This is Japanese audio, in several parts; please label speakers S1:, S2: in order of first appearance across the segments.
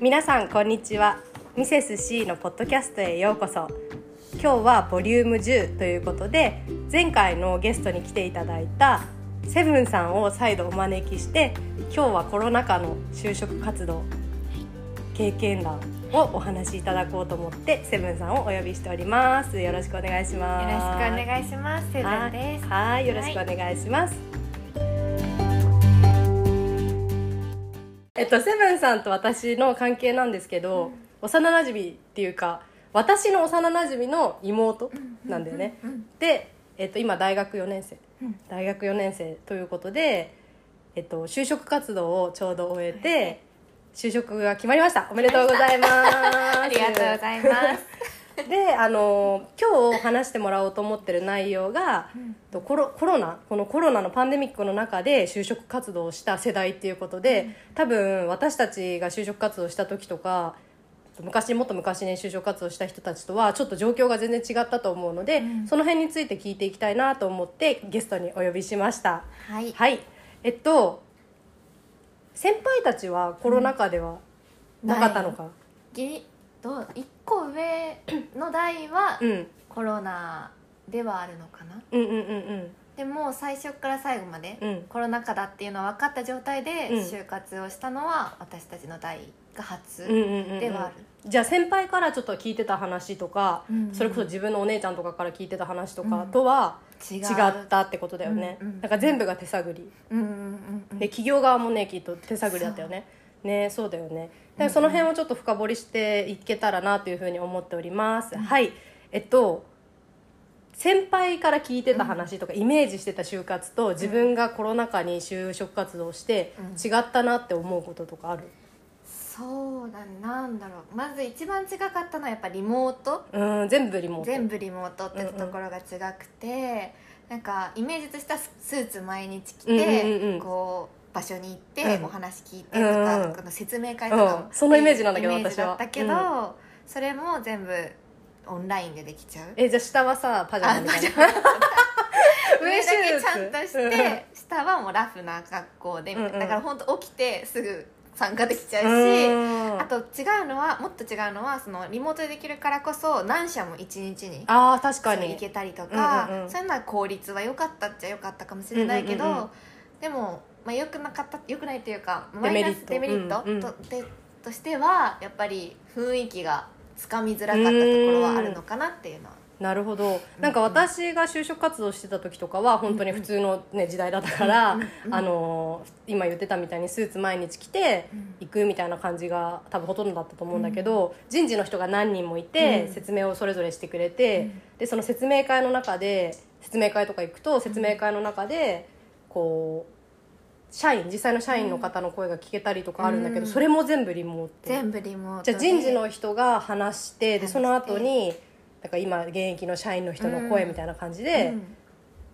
S1: 皆さんこんにちはミセス C のポッドキャストへようこそ今日はボリューム10ということで前回のゲストに来ていただいたセブンさんを再度お招きして今日はコロナ禍の就職活動経験談をお話しいただこうと思ってセブンさんをお呼びしておりますよろしくお願いし
S2: よろしくお
S1: ます
S2: 願いします。セブンです。
S1: はい、よろしくお願いします。えっと、セブンさんと私の関係なんですけど、幼馴染っていうか私の幼馴染の妹なんだよね、
S2: うんうん
S1: で、えっと、今大学4年生、
S2: うん
S1: 大学4年生ということで、えっと、就職活動をちょうど終えて、就職が決まりましたおめでとうございます
S2: あ
S1: あ
S2: りがとうございます。
S1: であの今日話してもらおうと思ってる内容が、
S2: ん
S1: とコロコロナこのコロナのパンデミックの中で就職活動をした世代っていうことで、多分私たちが就職活動した時とか昔もっと昔に就職活動した人たちとはちょっと状況が全然違ったと思うので、
S2: うん
S1: その辺について聞いていきたいなと思ってゲストにお呼びしました。
S2: はい。
S1: はい、えっと先輩たちはコロナ禍ではなかったのか、
S2: ぎと一個上の代は
S1: うん、
S2: コロナではあるのかな。
S1: うんうんうん
S2: でも最初から最後まで
S1: うん
S2: コロナ禍だっていうのは分かった状態で
S1: うん
S2: 就活をしたのは私たちの代が初。
S1: うんうんうんうん
S2: ではある
S1: じゃあ先輩からちょっと聞いてた話とか、
S2: うんうん
S1: それこそ自分のお姉ちゃんとかから聞いてた話とかとは
S2: 違う
S1: 違ったってことだよね、
S2: うんうん
S1: なんか全部が手探り、
S2: うんうんうんうん。
S1: で企業側もねきっと手探りだったよねねそうだよねだからその辺をちょっと深掘りしていけたらなというふうに思っております、はいえっと先輩から聞いてた話とか、イメージしてた就活と自分がコロナ禍に就職活動して違ったなって思うこととかある、
S2: そうだねなんだろう。まず一番違かったのはやっぱリモート。
S1: うん、全部リモート
S2: 全部リモートってところが違くて、なんかイメージとしたススーツ毎日着て、
S1: うんうんうん
S2: こう場所に行って、
S1: うん
S2: お話聞いてとか、
S1: うんうん
S2: この説明会とかも、
S1: うんそのイメージなんだけど
S2: イメージだったけど、
S1: 私
S2: それも全部オンラインでできちゃう
S1: えじゃあ下はさパジャマみたいな
S2: 上だけちゃんと
S1: う
S2: し
S1: ん
S2: て下はもうラフな格好でみた
S1: う
S2: いな、
S1: んうん
S2: だから本当起きてすぐ参加できちゃうし、
S1: うん
S2: あと違うのはもっと違うのはそのリモートでできるからこそ何社も一日に
S1: あー確か
S2: そう
S1: に
S2: 行けたりとか、
S1: うんうんうん
S2: そういうのは効率は良かったっちゃ良かったかもしれないけど、
S1: うんうんうんうん
S2: でも、まあ、良くなかった良くないというかマ
S1: デメ
S2: イ
S1: リ
S2: ナ
S1: ッ
S2: ス
S1: ト
S2: デメリットと,、
S1: うんうん
S2: でとしてはやっぱり雰囲気がつかみづらかったところはあるのかなっていうのは。
S1: なるほどなんか私が就職活動してた時とかは本当に普通の、ね、時代だったから、あのー今言ってたみたいにスーツ毎日着て
S2: うん
S1: 行くみたいな感じが多分ほとんどだったと思うんだけど、人事の人が何人もいて、
S2: うん
S1: 説明をそれぞれしてくれて、
S2: うん
S1: でその説明会の中で説明会とか行くと説明会の中でこう。社員実際の社員の方の声が聞けたりとかあるんだけど、
S2: うん
S1: それも全部リモート
S2: 全部リモート
S1: じ
S2: で
S1: ゃあ人事の人が話してで
S2: 話して
S1: その後になんか今現役の社員の人の声みたいな感じで、
S2: うん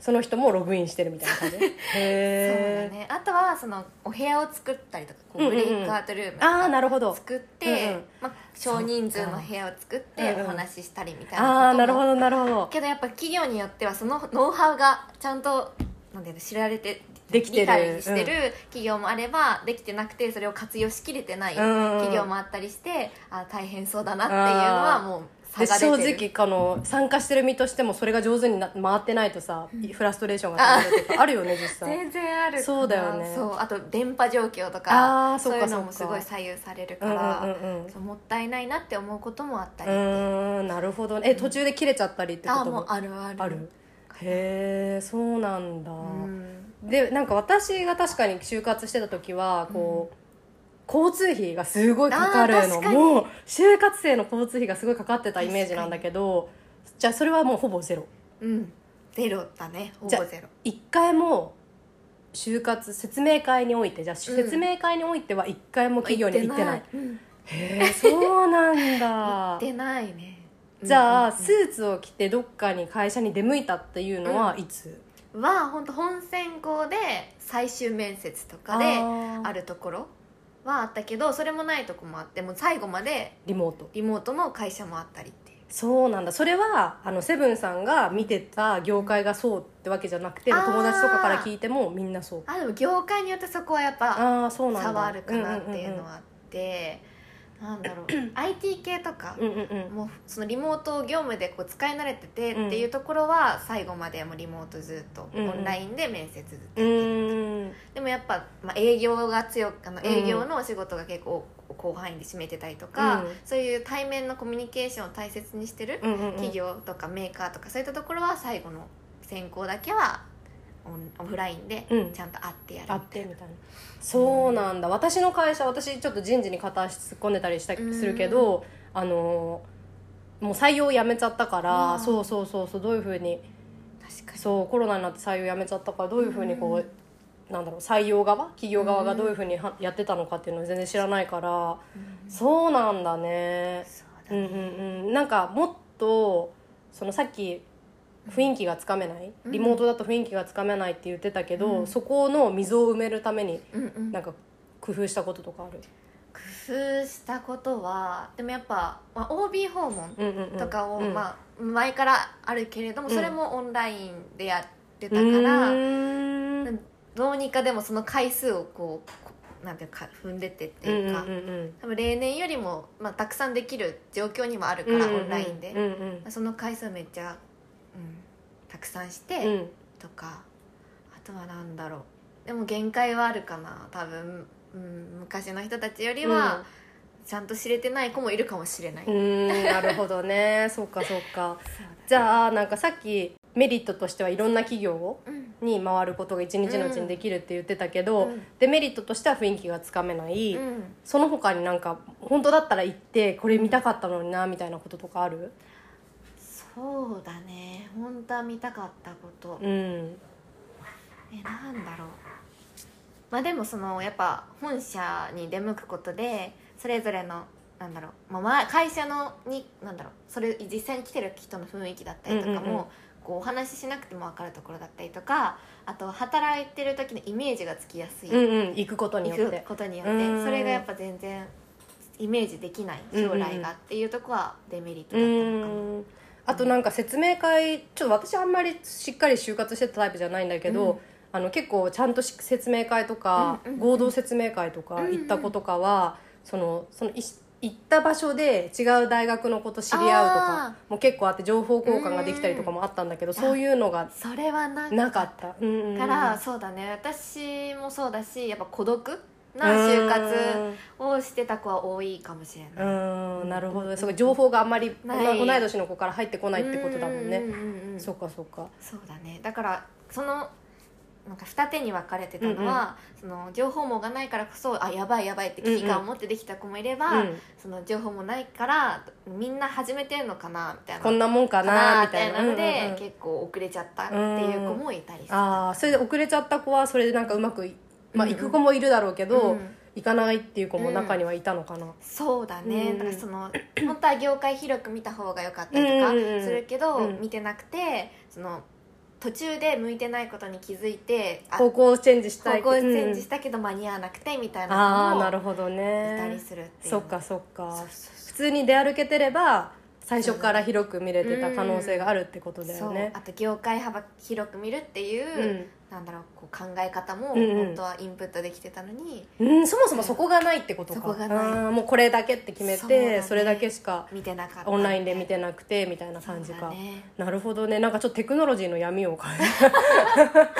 S1: その人もログインしてるみたいな感 じへ
S2: そうだ
S1: え、
S2: ね、あとはそのお部屋を作ったりとかこ
S1: うん
S2: う
S1: うん
S2: ブ
S1: うん
S2: レイクアウトルームと
S1: ああ
S2: か
S1: なるほど
S2: 作って、
S1: うんうん
S2: まあ、少人数の部屋を作っ
S1: そ
S2: て
S1: っか
S2: お話ししたりみたい
S1: ああ
S2: な
S1: ー
S2: こ
S1: なる
S2: とも
S1: ほどなるほど
S2: けどやっぱ企業によってはそのノウハウがちゃんとなんていうの知られて
S1: できてる
S2: 理解してる企業もあれば、できてなくてそれを活用しきれてない
S1: うんうんうん
S2: 企業もあったりして、あ大変そうだなっていうのはもう
S1: で
S2: 差が出て
S1: 正
S2: る
S1: 直この参加してる身としてもそれが上手にな回ってないとさ、フラストレーションが溜まるとかあるよね実際
S2: 全然あるかな
S1: そうだよね
S2: そうあと電波状況と
S1: あ
S2: か
S1: ーそ
S2: そ
S1: っ
S2: う
S1: か
S2: いう
S1: そ
S2: のも
S1: っか
S2: すごい左右される
S1: う
S2: か
S1: んう
S2: ら、
S1: んうんうん
S2: そうもったいないなって思うこともあった
S1: う
S2: り、
S1: ーんなるほどねえ途中で切れちゃったりってこ
S2: ああ
S1: と
S2: もう
S1: も
S2: あるある
S1: あるへえそうなんだ、
S2: うん
S1: でなんか私が確かに就活してた時はこう、交通費がすごいかか
S2: あ
S1: る
S2: ー
S1: の
S2: 確かに
S1: もう就活生の交通費がすごいかかってたイメージなんだけどじゃあそれはもうほぼゼロ
S2: うんゼロだねほぼ
S1: じゃあ
S2: ゼロ
S1: 一回も就活説明会においてじゃあ、
S2: うん
S1: 説明会においては一回も企業には行ってない
S2: うん
S1: へえそうなん
S2: 行
S1: だ
S2: ってないね
S1: じゃあ、
S2: うん
S1: スーツを着てどっかに会社に出向いたっていうのはいつ、
S2: うんは本当本選考で最終面接とか
S1: あ
S2: で
S1: ー
S2: あるところはあったけどそれもないとこもあってもう最後まで
S1: リモート
S2: リモートの会社もあったりっていう
S1: そうなんだそれはあのセブンさんが見てた業界がそうってわけじゃなくて
S2: あー
S1: 友達とかから聞いてもみんなそう
S2: あでも業界によってそこはやっぱ
S1: ああーそうなんだ
S2: 差はあるかなってい
S1: んん
S2: うんの
S1: ん
S2: はあって、なんだろう IT 系とか、
S1: うんうんうん
S2: もうそのリモート業務でこう使い慣れててっていうところは最後までもうリモートずっとオ
S1: うんうん
S2: ンラインで面接ず
S1: う
S2: っとやってる
S1: ーん
S2: でもやっぱ、まあ、営業が強くあの
S1: ん
S2: 営業のお仕事が結構広範囲で占めてたりとか、
S1: うん
S2: そういう対面のコミュニケーションを大切にしてる
S1: うんうんうん
S2: 企業とかメーカーとかそういったところは最後の選考だけはオンオフラインで
S1: うん
S2: ちゃんと会ってやる
S1: あってみたいなそうなんだ私の会社私ちょっと人事に片足突っ込んでたりした
S2: うん
S1: するけどあのもう採用をやめちゃったか
S2: あー
S1: らそうそうそうそうどういうふうに
S2: 確かに
S1: そうコロナになって採用やめちゃったからどういうふうにこ
S2: う
S1: う、なんだろう採用側企業側がどういうふうにはやってたのかっていうのを全然知らないから、
S2: うん
S1: そうなんだね。
S2: そう
S1: う
S2: だ
S1: ん
S2: ね、
S1: うんうん、なんかもっとそのさっき雰囲気がつかめない
S2: うん
S1: リモートだと雰囲気がつかめないって言ってたけど、
S2: うん
S1: そこの溝を埋めるために
S2: うんうん
S1: なんか工夫したこととかある、
S2: 工夫したことはでもやっぱ、まあ、OB 訪問
S1: うんうんうん、
S2: とかを、
S1: うん
S2: まあ、前からあるけれども
S1: うん
S2: それもオンラインでやってた
S1: う
S2: か
S1: ーん
S2: ら、
S1: うんうん
S2: どうにかでもその回数をこうこなんていうか踏んでってって
S1: うん
S2: いうか、
S1: うん
S2: 多分例年よりも、まあ、たくさんできる状況にもあるか
S1: うん
S2: ら、オンラインで、
S1: うんうん
S2: その回数めっちゃ、うん、たくさんし
S1: う
S2: て
S1: ん
S2: とか、あとはなんだろうでも限界はあるかな多分、うん、昔の人たちよりは、ちゃんと知れてない子もいるかもしれない、
S1: うーんなるほどねそうかそうか
S2: そう
S1: じゃあなんかさっきメリットとしてはいろんな企業を
S2: だうん
S1: に回ることが一日のうちにできるって言ってたけど、
S2: うん
S1: デメリットとしては雰囲気がつかめない、
S2: うん
S1: その他になんか本当だったら行ってこれ見たかったのになみたいなこととかある
S2: そうだね本当は見たかったこと、
S1: うん
S2: えなんだろうまあでもそのやっぱ本社に出向くことでそれぞれのなんだろう、まあまあ、会社のになんだろうそれ実際に来てる人の雰囲気だったりと
S1: う
S2: かも、
S1: んうんうん
S2: こうお話ししなくても分かるところだったりとかあと働いてる時のイメージがつきやすい、
S1: うんうん行くことによ
S2: 行
S1: っ
S2: く
S1: て
S2: ことによって
S1: うん
S2: それがやっぱ全然イメージできない将来がっていうとこはデメリッ
S1: う
S2: トだったのかな。
S1: んあとなんか説明会ちょっと私あんまりしっかり就活してたタイプじゃないんだけど、
S2: うん
S1: あの結構ちゃんとし説明会とか、
S2: うんうんうん
S1: 合同説明会とか
S2: うんうん
S1: 行った子とかは、そのそのい行った場所で違う大学の子と知り合うと
S2: あ
S1: かも結構あって情報交換ができたりとかもあったんだけど、
S2: ん
S1: そういうのが
S2: それはなん
S1: なかった、うんうんうん
S2: からそうだね私もそうだしやっぱ孤独な就活をしてた子は多いかもしれ
S1: う
S2: ない
S1: んうんなるほどねそうか情報があんまり同
S2: ない
S1: い年の子から入ってこないってことだもんね
S2: うううんうん
S1: そ
S2: そう
S1: かそうか
S2: うだねだからそのなんか二手に分かれてたのは、その情報網がないからこそあやばいやばいって危機感を持ってできた子もいれば、
S1: うん
S2: その情報もないからみんな始めてんのかなみたいな
S1: こんなもんか
S2: かな
S1: なみ
S2: みた
S1: たい
S2: い
S1: な
S2: なので、
S1: うんうんうん
S2: 結構遅れちゃったっていう子もいたりした、
S1: ああそれで遅れちゃった子はそれでなんかうまくい、まあ、
S2: うんう
S1: 行
S2: ん
S1: く子もいるだろうけど、
S2: うん
S1: 行かないっていう子も中にはいたのかな、
S2: そうだ
S1: うん
S2: ね、
S1: うん
S2: だからその 本当は業界広く見た方が良かったりとか
S1: うんうんうん
S2: するけど、
S1: うん
S2: 見てなくてその途中で向いてないことに気づいてあ
S1: 方
S2: 方
S1: 向をチェンジしたい、
S2: 向チェンジしたたけど間に合わなくてみたい
S1: うんあ
S2: な
S1: あ
S2: の
S1: な
S2: も
S1: るほど
S2: いたり
S1: ね
S2: するっていう
S1: そっかそっか
S2: そうそ
S1: 普通に出歩けてれば最初から広く見れてた可能性があるってこと
S2: う
S1: だ
S2: そ
S1: よ
S2: う
S1: ね
S2: あと業界幅広く見るっていうう、
S1: ん
S2: なんだろうこう考え方も
S1: うんうん
S2: 本当はインプットできてたのに
S1: うん、そもそもそこがないってことか
S2: そこがない
S1: あーもうこれだけって決めて
S2: そ
S1: そ,、
S2: うだね
S1: れだけしか
S2: 見てなかった
S1: オンラインで見てなくてみたいな感じ
S2: そう
S1: か、
S2: だね
S1: なるほどねなんかちょっとテクノロジーの闇を感じ
S2: 確か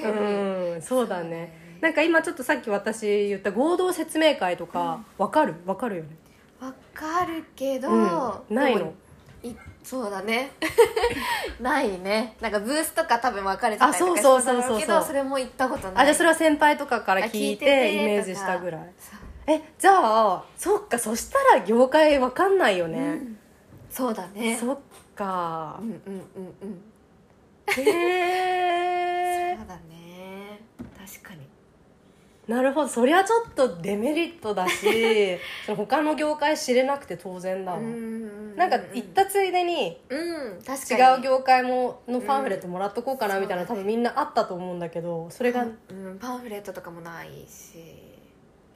S2: に、
S1: うんそうだね
S2: そうだね
S1: なんか今ちょっとさっき私言った合同説明会とかわ、かるわかるよね
S2: わかるけど、
S1: うんない
S2: で
S1: の
S2: もいそうだね ないねなんかブースとか多分分かれてたりとか
S1: あそうそう
S2: してたんだろけ
S1: そうそう
S2: ど
S1: そう
S2: それも行ったこと
S1: あ
S2: ない
S1: じゃあそれは先輩とかから聞い
S2: あ
S1: て
S2: 聞いてて
S1: イメージしたぐらい
S2: そう
S1: えじゃあそっかそしたら業界わかんないよね、
S2: そうだね
S1: そっか
S2: うんうんうんうん
S1: へ
S2: そ
S1: え
S2: うだね確かに
S1: なるほどそりゃちょっとデメリットだ しその他の業界知れなくて当然だわ、
S2: ん
S1: なんか行ったついでに
S2: うん確
S1: 違
S2: か
S1: う
S2: に
S1: 業界ものパンフレットもらっとこうかな
S2: うん
S1: みたいな、
S2: そ
S1: 多
S2: うだ
S1: 分
S2: ね
S1: みんなあったと思うんだけどそれが、
S2: うん、パンフレットとかもないし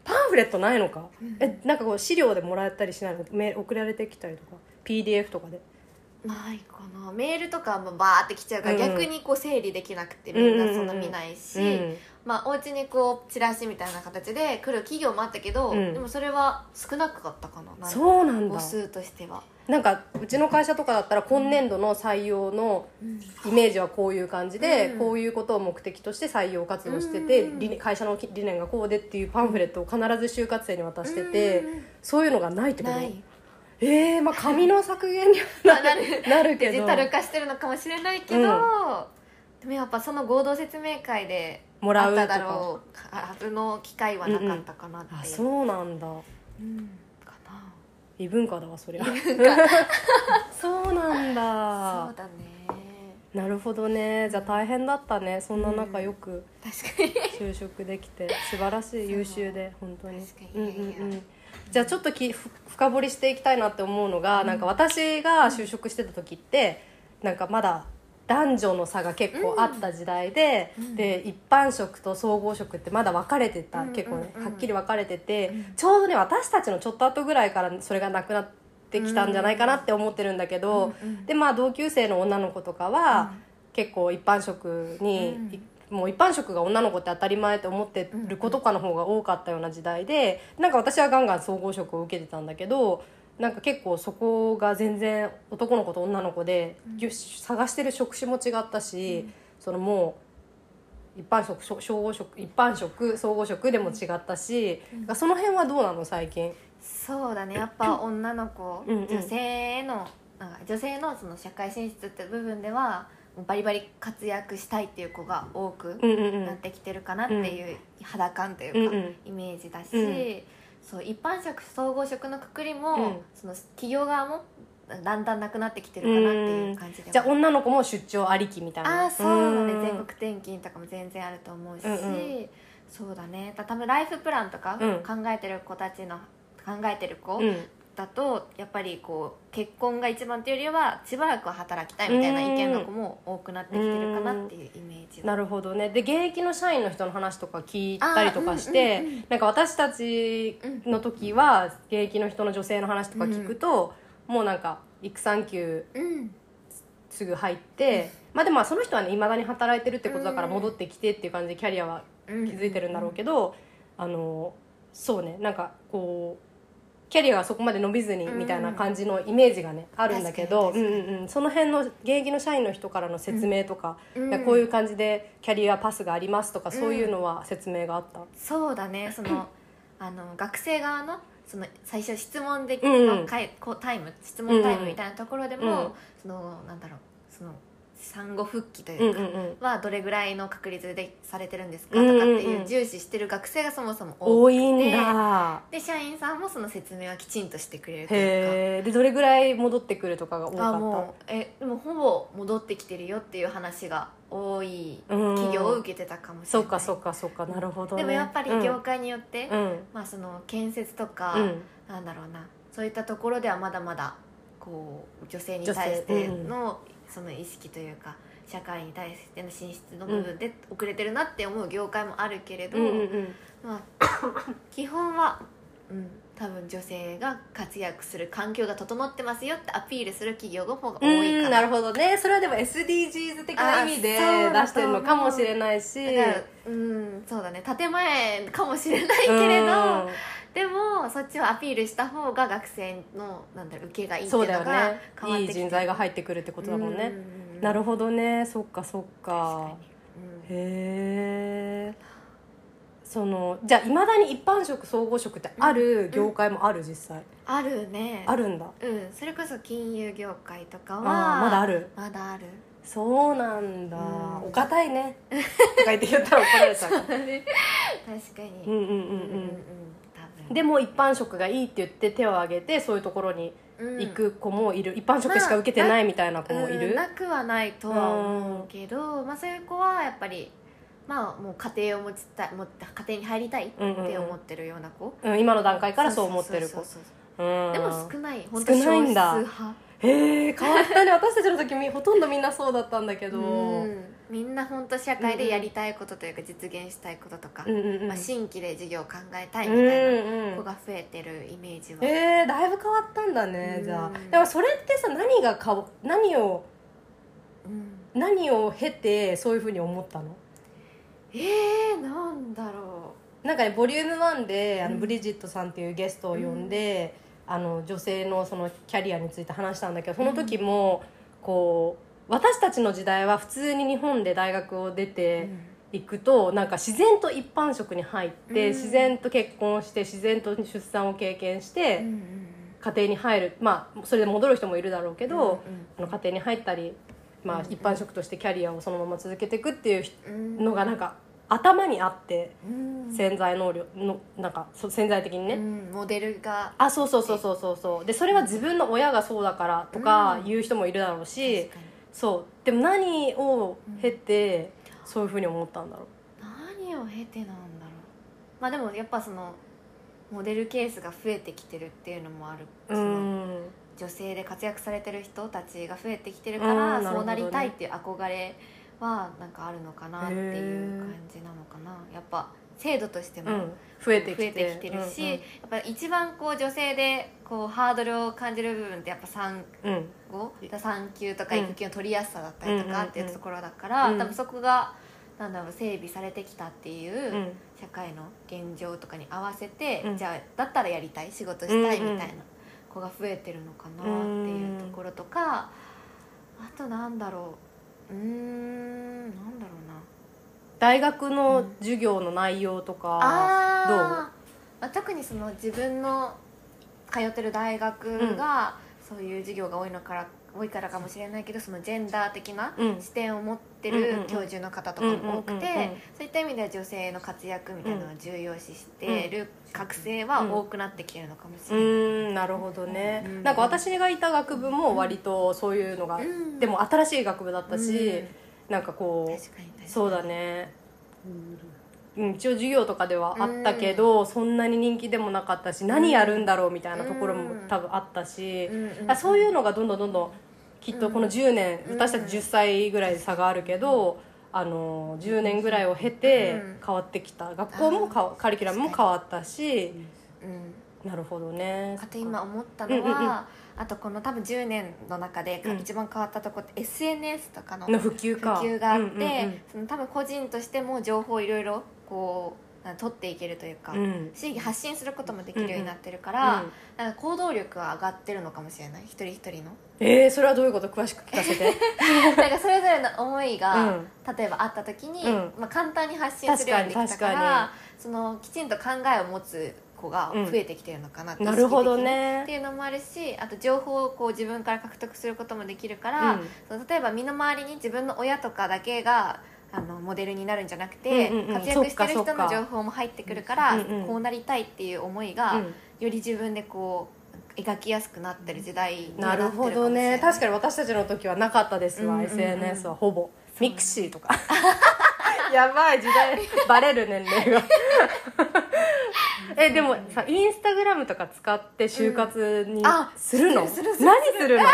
S1: パンフレットないのか、
S2: うん
S1: えなんかこう資料でもらったりしないのメール送られてきたりとか PDF とかで
S2: ないかなメールとかもバーって来ちゃうから、
S1: うんうん
S2: 逆にこう整理できなくてみんなそんな見ないし、
S1: うん
S2: まあ、お家にこうチラシみたいな形で来る企業もあったけど、
S1: うん
S2: でもそれは少なかったかななんか
S1: そうなんだ
S2: 母数としては、
S1: なんかうちの会社とかだったら今年度の採用のイメージはこういう感じで、
S2: うん
S1: こういうことを目的として採用活動してて、
S2: うん
S1: 理念会社の理念がこうでっていうパンフレットを必ず就活生に渡してて、
S2: うん
S1: そういうのがないってこと
S2: ない
S1: えー、まあ紙の削減にはな
S2: な
S1: る
S2: る
S1: なるけ
S2: デ
S1: ど
S2: ジタル化してるのかもしれないけど、
S1: うん
S2: でもやっぱその合同説明会で
S1: もらうと
S2: あ
S1: か
S2: っただろうかはずの機会はなかったかなって
S1: あ
S2: いう、
S1: そうなんだ
S2: うんかな
S1: 異文化だわそりゃ そうなんだ
S2: そうだね
S1: なるほどねじゃあ大変だったねそんな中
S2: うん
S1: よく
S2: 確かに
S1: 就職できて素晴らしい優秀で本当に
S2: 確かにいやいや
S1: うんうんうんじゃあちょっときふ深掘りしていきたいなって思うのが、なんか私が就職してた時ってなんかまだ男女の差が結構あった時代で、
S2: ん
S1: で一般職と総合職ってまだ分かれてた、
S2: うん
S1: 結構ね
S2: うん
S1: はっきり分かれてて、
S2: うん
S1: ちょうどね私たちのちょっと後ぐらいからそれがなくなってきたんじゃないかなって思ってるんだけど、
S2: うんうん
S1: でまあ同級生の女の子とかは、結構一般職に、
S2: うん
S1: いもう一般職が女の子って当たり前って思ってる子とかの方が多かったような時代でなんか私はガンガン総合職を受けてたんだけどなんか結構そこが全然男の子と女の子で、ぎゅ探してる職種も違ったし、そのもう一般職しょ総合職一般職総合職でも違ったし、なんかその辺はどうなの最近。
S2: そうだねやっぱ女の子、
S1: うんうん
S2: 女性へのなんか女性のその社会進出って部分ではもうバリバリ活躍したいっていう子が多く
S1: うんうんう
S2: なっ
S1: ん
S2: てきてるかなっていう肌感というか、
S1: うんうん
S2: イメージだし、
S1: うん
S2: そう一般職総合職のくくりも、
S1: うん
S2: その企業側もだんだんなくなってきてるかなっていう感じでは
S1: じゃあ女の子も出張ありきみたいな
S2: あーそうだね
S1: ん
S2: 全国転勤とかも全然あると思うし、
S1: うんうん
S2: そうだねだ多分ライフプランとか
S1: うん
S2: 考えてる子たちの、考えてる子
S1: うん
S2: だとやっぱりこう結婚が一番っていうよりはしばらくは働きたいみたいな意見の子も多くなってきてるかなっていうイメージだ
S1: なるほどねで現役の社員の人の話とか聞いたりとかし
S2: あ
S1: て、
S2: ーうんうん
S1: なんか私たちの時は現役の人の女性の話とか聞くと、もうなんか育産休
S2: うん
S1: すぐ入って、まあでもまあその人はねいまだに働いてるってことだから
S2: うん
S1: 戻ってきてっていう感じでキャリアは
S2: 気
S1: 気づいてるんだろうけど、あのそうねなんかこうキャリアがそこまで伸びずに
S2: うん
S1: みたいな感じのイメージがね、あるんだけど、う
S2: 確か
S1: ん
S2: に
S1: うんうん、その辺の現役の社員の人からの説明とか、
S2: うん
S1: いやこういう感じでキャリアパスがありますとか、そういうのは説明があった、
S2: そうだねそのあの学生側のその最初質問で、
S1: うん
S2: のかいこうタイム質問タイ
S1: うんう
S2: ム
S1: ん
S2: みたいなところでも、
S1: うん
S2: そのなんだろうその産後復帰と
S1: うん
S2: いううんか、
S1: うん、
S2: はどれぐらいの確率でされてるんですかと
S1: う
S2: か
S1: んうんう
S2: っ
S1: ん
S2: ていう重視してる学生がそもそも多
S1: 多
S2: くて
S1: いんだ
S2: で社員さんもその説明はきちんとしてくれるというか。
S1: へえでどれぐらい戻ってくるとかが多か
S2: あ
S1: っ
S2: もうえでもほぼ戻ってきてるよっていう話が多い
S1: たうん
S2: 企業を受けてたかもしれ
S1: そ
S2: な
S1: う
S2: い、
S1: かそうかそうかなるほど、ね、
S2: でもやっぱり業界によって、
S1: うん、
S2: まあ、その建設とか、
S1: うんうん
S2: なんだろうなそういったところではまだまだこう女性に対しての、その意識というか社会に対しての進出の部分で遅れてるなって思う業界もあるけれど、
S1: うんうんうん
S2: まあ、 基本は、うん、多分女性が活躍する環境が整ってますよってアピールする企業の方が多いか
S1: なる
S2: ら。
S1: ほどねそれはでも SDGs 的な意味で
S2: あそう
S1: 出してるのかもしれないし
S2: だからうんそうだね建前かもしれないけれど、
S1: うん
S2: でもそっちをアピールした方が学生のなんだろう受けがいいってい
S1: そう
S2: う
S1: だよ
S2: のが
S1: ね
S2: 変わっ
S1: い
S2: て
S1: い
S2: きて
S1: 人材が入ってくるってことだもんねな
S2: る
S1: るほどねそっかそっか
S2: うん、
S1: へえそのじゃあいまだに一般職総合職ってある業界もある実際、
S2: あるね
S1: あるんだ
S2: うんそれこそ金融業界とかは
S1: あーまだある
S2: まだ ある
S1: そうなんだ、
S2: うん
S1: お堅いねとか言って言ったら怒ら れちゃう
S2: 確か
S1: うん
S2: に
S1: うんうん
S2: うん
S1: う
S2: うん多
S1: ん
S2: 分
S1: でも一般職がいいって言って手を挙げてそういうところに
S2: うん
S1: 行く子もいる、一般職しか受けてないみたいな子もい
S2: うん
S1: る、
S2: なくはないとは思うけど、まあ、そういう子はやっぱりまあもう家庭を持ちたいもう家庭に入りたいっ
S1: うんうんうん
S2: て思ってるような子
S1: うん、今の段階からそう思ってる
S2: そ
S1: 子
S2: うそうそう
S1: うん
S2: でも少ない本当
S1: 少ない
S2: 少ない
S1: ん
S2: ん
S1: だ
S2: だ少数派
S1: へえ変わったね私たちの時みほとんどみんなそうだったんだけど、
S2: うんみんな本当社会でやりたいことというか実現したいこととか、
S1: うんうんうん
S2: まあ、新規で授業を考えたいみ
S1: うん
S2: たいな
S1: う
S2: 子
S1: ん
S2: が増えてるイメージは、
S1: えー、だいぶ変わったんだね、
S2: うん
S1: じゃあでもそれってさ何がかわ何を
S2: うん
S1: 何を経てそういうふうに思ったの
S2: えー、な
S1: なんかねボリューム1であの、
S2: うん
S1: ブリジットさんっていうゲストを呼んで、あの女性のそのキャリアについて話したんだけどその時も、こう私たちの時代は普通に日本で大学を出ていくと、なんか自然と一般職に入って、
S2: うん
S1: 自然と結婚して自然と出産を経験して、
S2: うんうん
S1: 家庭に入るまあそれで戻る人もいるだろうけど、
S2: うん
S1: あの家庭に入ったり、まあ、一般職としてキャリアをそのまま続けていくっていう人
S2: うん
S1: のがなんか頭にあって
S2: うん
S1: 潜在能力のなんかそう潜在的にね、
S2: うんモデルが
S1: あそうそうそうそうそうそうでそれは自分の親がそうだからとか言う人もいるだろうし、
S2: 確かに
S1: そうでも何を経てそういうふうに思ったんだろう
S2: 何を経てなんだろうまあでもやっぱそのモデルケースが増えてきてるっていうのもあるその
S1: ん
S2: 女性で活躍されてる人たちが増えてきてるから
S1: うんなる
S2: そ
S1: ほ
S2: う
S1: ど
S2: な
S1: ね
S2: りたいっていう憧れはなんかあるのかなっていう感じなのかなやっぱ制度として
S1: う
S2: も
S1: ん増えてきて
S2: るし、やっぱ一番こう女性でこうハードルを感じる部分ってやっぱ産
S1: うんうん
S2: 後産休とか育休の取りやすさだったりとか
S1: うん
S2: っていうところだから、
S1: うん
S2: 多分そこがなんだろう整備されてきたっていう、
S1: うんうん
S2: 社会の現状とかに合わせて、
S1: うん
S2: じゃあだったらやりたい仕事したい
S1: うんうん
S2: みたいな子が増えてるのかなっていうところとか、あとなんだろううーんなんだろうな
S1: 大学の授業の内容とか、
S2: あ
S1: どう
S2: まあ、特にその自分の通ってる大学がそういう授業が多いのから多いからかもしれないけどそのジェンダー的な
S1: うん
S2: 視点を持って
S1: うんうんう
S2: る
S1: ん
S2: 教授の方とかも多く
S1: うんうんうんうん
S2: てそういった意味では女性の活躍みたいなのを重要視してる学生は多くなってきてるのかもし
S1: う
S2: れない。
S1: ーんなるほどね、
S2: うん
S1: なんか私がいた学部も割とそういうのが、
S2: うん
S1: でも新しい学部だったし、
S2: うん
S1: なんかこ
S2: 確
S1: う
S2: かに確かに
S1: そうだね、うん、一応授業とかではあったけど、そんなに人気でもなかったし何やるんだろうみたいなところも
S2: うん
S1: 多分あったし、
S2: うんうん
S1: あそういうのがどんどんどんどんきっとこの10年、
S2: うん
S1: 私たち10歳ぐらいで差があるけど、あの10年ぐらいを経て
S2: うん
S1: 変わってきた学校もかわカリキュラムも変わったし
S2: うん
S1: なるほどね
S2: あと今思ったのは、
S1: うんうんうん
S2: あとこの多分10年の中で
S1: うん
S2: 一番変わったとこって SNS とかの
S1: の普及
S2: 普
S1: か
S2: 及があって、
S1: うんうん
S2: その多分個人としても情報をいろいろこうなんか取っていけるというか、
S1: うんうん
S2: し発信することもできるようになってるか
S1: う
S2: ら、
S1: ん
S2: なんか行動力は上がってるのかもしれない一人一人の
S1: えー、それはどういうこと詳しく聞かせ て
S2: なんかそれぞれの思いが、
S1: うん
S2: 例えばあった時に、
S1: うん
S2: まあ、簡単に発信するようにできたから
S1: 確か
S2: そのきちんと考えを持つ子が増えてきてるのかなって、
S1: なるほど
S2: 意識的にって
S1: ね
S2: いうのもあるしあと情報をこう自分から獲得することもできるか
S1: う
S2: ら、
S1: ん
S2: その例えば身の回りに自分の親とかだけがあのモデルになるんじゃなくて、
S1: うんうんうん
S2: 活躍してる
S1: そっかそ
S2: 人
S1: っ
S2: の
S1: か
S2: 情報も入ってくるから、
S1: うんうん
S2: こうなりたいっていう思いが、より自分でこう描きやすくなってる時代に
S1: うん
S2: な
S1: な
S2: ってる
S1: る
S2: かも
S1: ほ
S2: しれ
S1: ど
S2: な
S1: ね
S2: い
S1: 確かに私たちの時はなかったですわ、
S2: うんうんうん
S1: SNS はほぼミクシー とかやばい時代バレる年齢 がえでもさインスタグラムとか使って就活に
S2: んあ
S1: するの、
S2: するするする
S1: 何す るの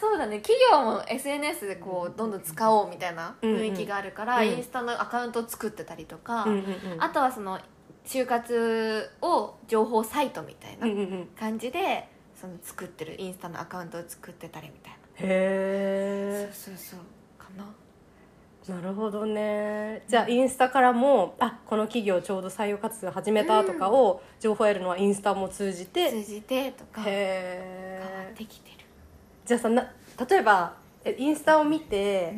S2: そうだね企業も SNS でこうどんどん使おうみたいな雰囲気があるから、
S1: うんうん
S2: インスタのアカウントを作ってたりとか、
S1: うんうんうん
S2: あとはその就活を情報サイトみたいな
S1: うんうんうん
S2: 感じでその作ってるインスタのアカウントを作ってたりみたいな。
S1: へえ
S2: そうそうかな
S1: なるほどねじゃあインスタからもあこの企業ちょうど採用活動始めたとかを情報を得るのはインスタも通じて、へ
S2: 通じてとか変わっ
S1: え
S2: てきてる、
S1: じゃあさな例えばえインスタを見て、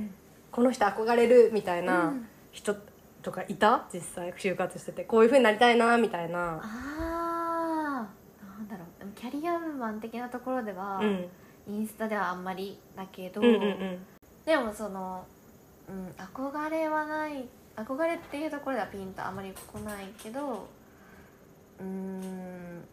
S1: この人憧れるみたいうなん人とかいた実際就活しててこういうふうになりたいなみたいな
S2: ああなんだろうでもキャリアウーマン的なところでは、
S1: うん
S2: インスタではあんまりだけど、
S1: うんうんうん
S2: でもその、うん、憧れはない憧れっていうところではピンとあんまり来ないけどうーん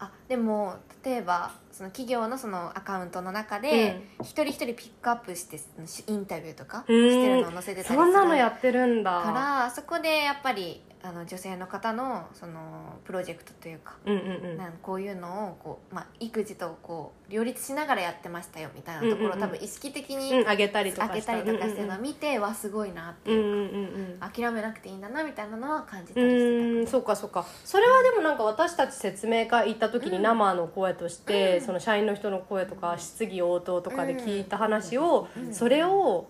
S2: あでも例えばその企業のそのアカウントの中で、一人一人ピックアップしてしインタビューとかしてるのを載せてたりする
S1: そんなのやってるんだ
S2: からそこでやっぱりあの女性の方のそのプロジェクトというか、
S1: うんうんうん
S2: なんこういうのをこう、まあ、育児とこう両立しながらやってましたよみたいなところを、
S1: うんうんうん
S2: 多分意識的に
S1: うん、あげたりと
S2: 開
S1: か
S2: け
S1: した
S2: たりとかしてるのを見て、わすごいなって
S1: うんう
S2: いうん
S1: うんうんうん
S2: 諦めなくていいんだなみたいなのは感じ
S1: う
S2: たりして
S1: ーんそうかそうかそれはでもなんか私たち説明会行った時
S2: う
S1: に
S2: ん
S1: 生の声として、
S2: うん
S1: その社員の人の声とか質疑応答とかで聞いた話を、
S2: うん
S1: それを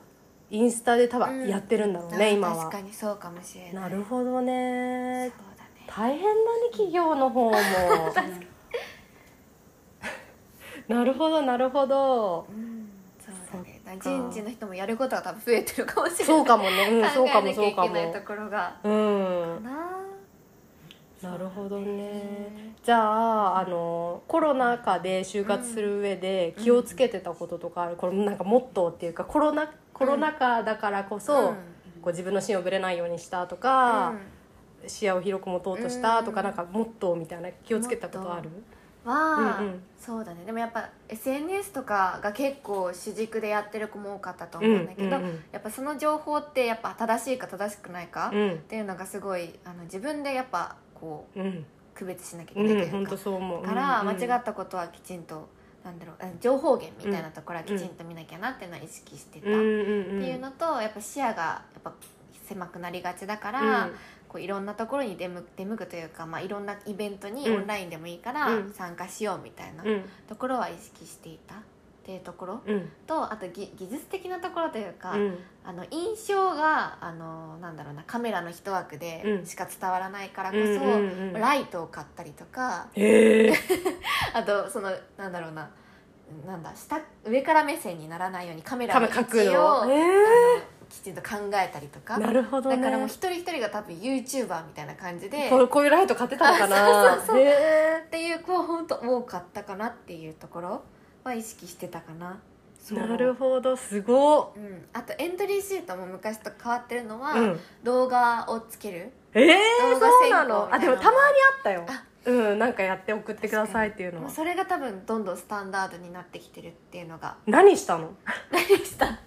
S1: インスタで多
S2: う
S1: 分
S2: ん
S1: やってるんだろう
S2: あ
S1: ね、今は
S2: 確かにそうかもしれない
S1: なるほど
S2: そう
S1: ね
S2: だね
S1: 大変だね企業の 方もなるほどなるほ ど
S2: うんそうだね
S1: そっか
S2: 人事の人もやることが多分増えてるかもしれない
S1: そうかもね、うん、そう
S2: 考
S1: か
S2: え
S1: も
S2: なき
S1: そ
S2: ゃ
S1: う
S2: い
S1: か
S2: けないと
S1: も
S2: ころが
S1: うん
S2: な
S1: なるほどねじゃああのコロナ禍で就活する上で気をつけてたこととかある、これなんかモットーっていうかコロナコロナ禍だからこそ、
S2: うん
S1: こう自分の芯をぶれないようにしたとか、視野を広く持とうとしたとか、
S2: うん
S1: なんかモットーみたいな気をつけたことある
S2: は、
S1: うんうん
S2: そうだねでもやっぱ SNS とかが結構主軸でやってる子も多かったと思うんだけど、
S1: うんうんうん
S2: やっぱその情報ってやっぱ正しいか正しくないか
S1: う
S2: っ
S1: ん
S2: ていうのがすごいあの自分でやっぱこう
S1: うん
S2: 区別しなきゃいけ
S1: うん
S2: ないというか、
S1: 本当そう思う
S2: から間違
S1: っ
S2: ったことはきちんとなんだろうあ情報源みたいなところはきちんと見なきゃなっていうのは意識してた、
S1: うんう
S2: っ
S1: ん
S2: て
S1: うん
S2: いうのとやっぱ視野がやっぱ狭くなりがちだから、
S1: うん
S2: こういろんなところに出向出向くというか、まあ、いろんなイベントに
S1: うん
S2: オンラインでもいいから
S1: うん
S2: 参加しようみたいな
S1: うん
S2: ところは意識していたっていうところ
S1: うん
S2: とあと技技術的なところというか、
S1: うん
S2: あの印象があのなんだろうなカメラの一枠で
S1: うん
S2: しか伝わらないからこ
S1: うん
S2: そ、
S1: うんうん
S2: ライトを買ったりとか
S1: へえ
S2: あとそのなんだろうななんだ下上から目線にならないようにカメラ
S1: 多
S2: の
S1: 分書
S2: 位置
S1: く
S2: を、
S1: の
S2: あの
S1: え
S2: きちんと考えたりとか
S1: ー。なるほどね
S2: だからもう一人一人が多分 YouTuber みたいな感じで
S1: こうこういうライト買ってたのかな
S2: あそうそうそう
S1: へ
S2: っ
S1: え
S2: ていう子は本当多かったかなっていうところは意識してたかなそう
S1: なるほどすご
S2: うん、あとエントリーシートも昔と変わってるのは、
S1: っ、うん、
S2: 動画をつける
S1: ええ
S2: 動画
S1: そう
S2: 選
S1: な
S2: 考
S1: の
S2: み
S1: あ
S2: た
S1: で
S2: いな
S1: も
S2: の
S1: たまにあったようんなんかやって送ってくださいっていうの
S2: もう
S1: は
S2: それが多分どんどんスタンダードになってきてるっていうのが
S1: 何したの
S2: 何したでも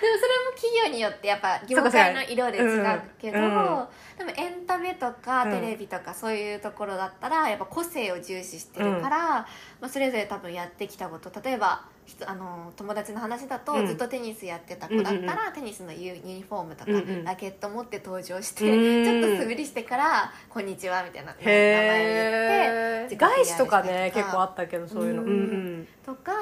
S2: それも企業によってやっぱ業界の色で違うけど、
S1: そうか
S2: でもエンタメとか
S1: うん
S2: テレビとかそういうところだったらやっぱ個性を重視してるから、まあ、それぞれ多分やってきたこと例えばひとあの友達の話だと
S1: うん
S2: ずっとテニスやってた子だった
S1: うんうん
S2: ら、テニスのユユニフォームとか、
S1: うんうん
S2: ラケット持って登場して、
S1: うん
S2: ちょっと素振りしてから「こんにちは」みたいな名前を言って。
S1: へえ
S2: 自己 PR
S1: 外資とかね
S2: したりとか
S1: 結構あったけどそういうの
S2: う
S1: うんんうん
S2: とか、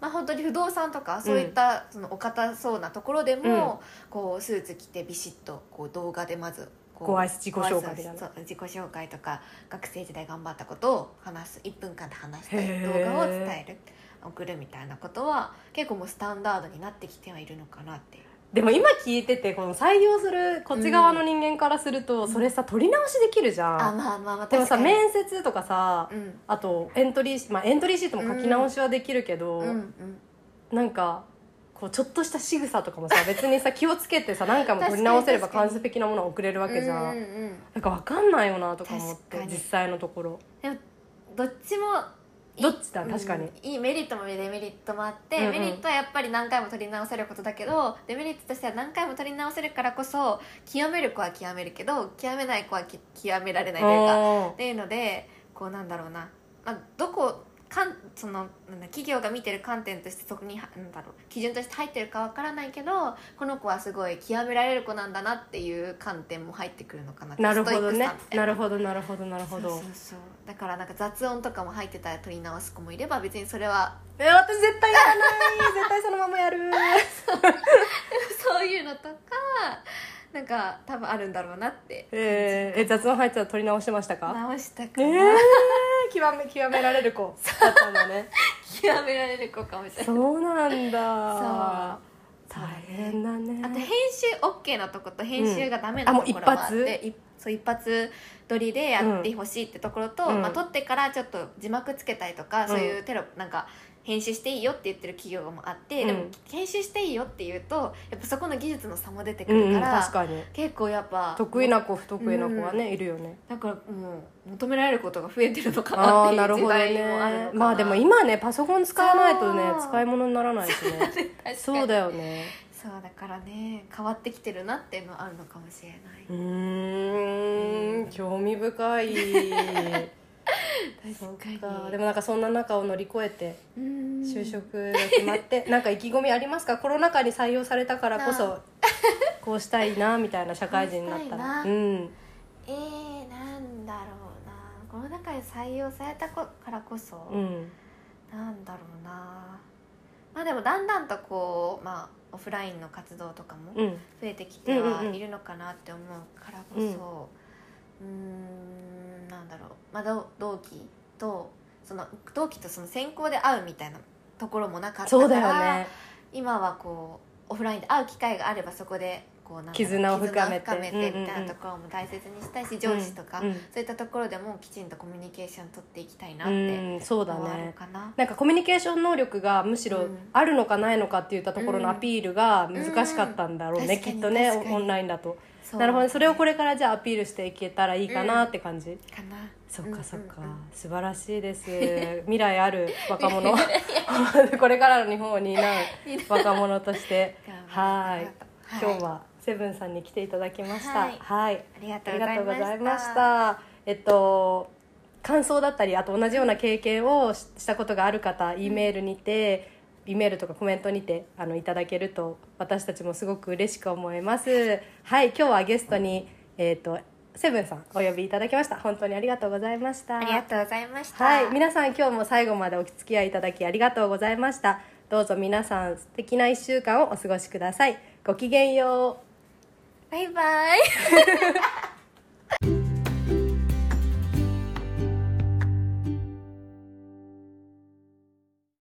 S2: まあ、本当に不動産とかそういったそのお堅そうなところでも、こうスーツ着てビシッとこう動画でまずこう
S1: ご挨拶自己紹介みたいな
S2: そう自己紹介とか学生時代頑張ったことを話す1分間で話した
S1: へ
S2: い動
S1: ー
S2: 画を伝える送るみたいなことは結構もうスタンダードになってきてはいるのかなっていう
S1: でも今聞いててこの採用するこっち側の人間からするとそれさ取り直しできるじ
S2: あ
S1: ゃん
S2: まあまあまあ
S1: でもさ
S2: 確かに
S1: 面接とかさ
S2: うん
S1: あとエントリーシート、まあ、エントリーシートも書き直しはできるけど、
S2: うんうん
S1: なんかこうちょっとした仕草とかもさ別 にさ気をつけてさ何回も取り直せれば
S2: 確かに
S1: 完璧なものは送れるわけじゃん、
S2: うんうんうん
S1: なんかわかんないよなとか思っ
S2: 確
S1: て
S2: かに
S1: 実際のところ
S2: でもどっちもいい
S1: どっちだ確かに、
S2: うんいいメリットもデメリットもあって、
S1: うんうん
S2: メリットはやっぱり何回も取り直せることだけどデメリットとしては何回も取り直せるからこそ極める子は極めるけど極めない子はき極められないというか
S1: あ
S2: っていうのでこうなんだろうな、まあ、どこかんそのなんだ企業が見てる観点としてそこにはなんだろう基準として入ってるかわからないけどこの子はすごい極められる子なんだなっていう観点も入ってくるのかな
S1: ーなるほどねな
S2: る
S1: るほどなるほどなるほど
S2: そうそうそうだからなんか雑音とかも入ってたら取り直す子もいれば別にそれは
S1: え私絶対やらない絶対そのままやる
S2: そういうのとかなんか多分あるんだろうなって
S1: えー、え雑音入ってたら取り直してましたか
S2: 直したか
S1: え
S2: ら、
S1: ー、極め極められる子だったんだ ね
S2: 極められる子かもしれない
S1: そうなんだ
S2: そう
S1: 大変だね
S2: あと編集 OK なとこと編集がダメな
S1: あ
S2: と
S1: もう
S2: ころはあっ
S1: 一
S2: て、
S1: 発
S2: いそう一発撮りでやってほしいってところと、
S1: うん
S2: まあ、撮ってからちょっと字幕つけたりとか、
S1: ん
S2: そういうテロなんか編集していいよって言ってる企業もあって、でも
S1: うん
S2: 編集していいよって言うとやっぱそこの技術の差も出てく
S1: うん
S2: る
S1: う
S2: か
S1: ん、
S2: ら、
S1: 確かに
S2: 結構やっぱ
S1: 得意な子不得意な子はね、いるよね
S2: だからもう求められることが増えてるのか
S1: あ
S2: な
S1: あ
S2: って
S1: ー
S2: い
S1: な
S2: う
S1: る
S2: 時
S1: ほど
S2: 代もあるの
S1: ね
S2: かな
S1: まあでも今ねパソコン使わないとね
S2: そう
S1: 使い物にならないし ねそうだ
S2: よ
S1: よね
S2: そうだからね変わってきてるなっていうのはあるのかもしれないう
S1: ーん興味深 いそっ
S2: 確
S1: か
S2: か
S1: で
S2: に
S1: もなんかそんな中を乗り越えて
S2: うん
S1: 就職が決まって、 なんか意気込みありますかコロナ禍に採用されたからこ
S2: な
S1: そこうしたいなみたいな社会人になったら
S2: こうしたいな
S1: うん
S2: えー、なんだろうなこの中で採用されたこからこそ、
S1: うん
S2: なんだろうなまあでもだんだんとこう、まあ、オフラインの活動とかも
S1: うん
S2: 増えてきて
S1: うん
S2: は
S1: うんうん
S2: いるのかなって思うからこそうんんなんだろう、まあ、同同期とその同期とその先行で会うみたいなところもなかったから
S1: そうだよね
S2: 今はこうオフラインで会う機会があればそこでこうなんだろう
S1: 絆を深めて
S2: 絆を深めてみ
S1: うん
S2: た
S1: う
S2: い
S1: んう
S2: なんところも大切にしたいし、上司とか、
S1: うん
S2: そういったところでもきちんとコミュニケーション取っていきたいなっ
S1: う
S2: て
S1: んそうだ
S2: 思われる
S1: ね
S2: かな。
S1: なんかコミュニケーション能力がむし
S2: う
S1: ろ
S2: ん
S1: あるのかないのかって言ったところのアピールが難しかったんだろうね、
S2: うん
S1: きっとね
S2: 確かに確かに
S1: オンラインだと
S2: そう
S1: なるほどねそれをこれからじゃあアピールしていけたらいいかなって感じ、
S2: かな
S1: そっかそっか、
S2: うんうんうん
S1: 素晴らしい です未来ある若者 これからの日本を担う若者として
S2: 頑張
S1: は
S2: り
S1: い
S2: たと
S1: 今日はセブンさんに来ていただきました
S2: はい
S1: はい
S2: ありが
S1: あ
S2: とう
S1: り
S2: ござ
S1: が
S2: い
S1: とうご
S2: ました
S1: ざいました。えっと感想だったりあと同じような経験をししたことがある方、E メールにて、E メールとかコメントにてあのいただけると私たちもすごく嬉しく思います。はい、今日はゲストにえっとセブンさんお呼びいただきました。本当にありがとうございました。
S2: ありがとうございました、
S1: はい、皆さん今日も最後までお付き合いいただきありがとうございました。どうぞ皆さん素敵な一週間をお過ごしください。ごきげんよう。
S2: バイバイ